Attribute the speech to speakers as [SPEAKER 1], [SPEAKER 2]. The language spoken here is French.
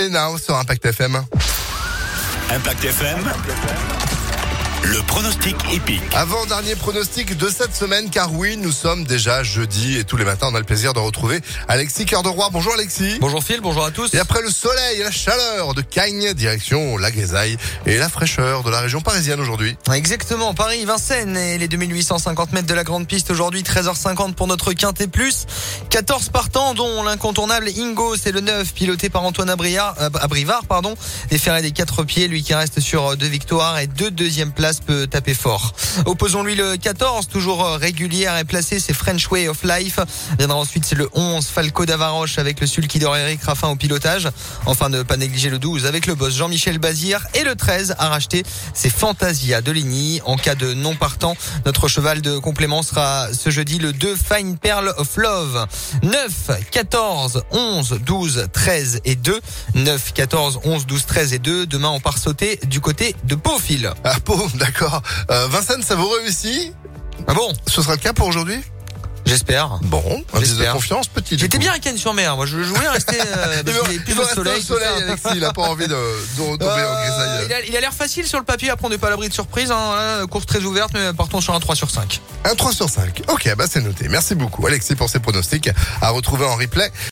[SPEAKER 1] Now sur Impact FM.
[SPEAKER 2] Impact FM. Le pronostic épique.
[SPEAKER 1] Avant-dernier pronostic de cette semaine, car oui, nous sommes déjà jeudi et tous les matins, on a le plaisir de retrouver Alexis Cœur de Roi. Bonjour Alexis.
[SPEAKER 3] Bonjour Phil, bonjour à tous.
[SPEAKER 1] Et après le soleil et la chaleur de Cagnes, direction la Guézaille et la fraîcheur de la région parisienne aujourd'hui.
[SPEAKER 3] Exactement, Paris-Vincennes et les 2850 mètres de la grande piste aujourd'hui, 13h50 pour notre quintet plus. 14 partants, dont l'incontournable Ingo, c'est le 9, piloté par Antoine Abriard, euh, Abrivard, pardon, des ferrets des 4 pieds, lui qui reste sur euh, deux victoires et deux deuxièmes places peut taper fort. Opposons-lui le 14, toujours euh, régulière et placé, c'est French Way of Life. Viendra ensuite, c'est le 11, Falco d'Avaroche avec le sulky d'Or Eric Raffin au pilotage. Enfin, ne pas négliger le 12 avec le boss Jean-Michel Bazir et le 13 à racheter, c'est Fantasia de Ligny. En cas de non partant, notre cheval de complément sera ce jeudi le 2 Fine Pearl of Love. 9, 14, 11, 12, 13 et 2. 9, 14, 11, 12, 13 et 2. Demain, on part sauter du côté de Beaufil.
[SPEAKER 1] Ah, paume, d'accord. Euh, Vincennes, ça vous réussit
[SPEAKER 3] Ah bon
[SPEAKER 1] Ce sera le cas pour aujourd'hui
[SPEAKER 3] J'espère.
[SPEAKER 1] Bon, un petit de
[SPEAKER 3] J'espère.
[SPEAKER 1] confiance, petit. du
[SPEAKER 3] J'étais
[SPEAKER 1] coup.
[SPEAKER 3] bien à Cannes-sur-Mer. Moi, je je voulais rester euh,
[SPEAKER 1] Il veut,
[SPEAKER 3] parce qu'il y avait
[SPEAKER 1] il
[SPEAKER 3] plus
[SPEAKER 1] veut
[SPEAKER 3] de
[SPEAKER 1] rester
[SPEAKER 3] soleil.
[SPEAKER 1] au
[SPEAKER 3] tout ça.
[SPEAKER 1] soleil, Alexis. Il a pas envie de, de, de tomber en
[SPEAKER 3] Euh,
[SPEAKER 1] grisaille.
[SPEAKER 3] il a- il a l'air facile sur le papier. Après, on n'est pas à l'abri de surprise. hein. Voilà, course très ouverte, mais partons sur un 3 sur 5.
[SPEAKER 1] Un 3 sur 5. Ok, bah c'est noté. Merci beaucoup, Alexis, pour ces pronostics. À retrouver en replay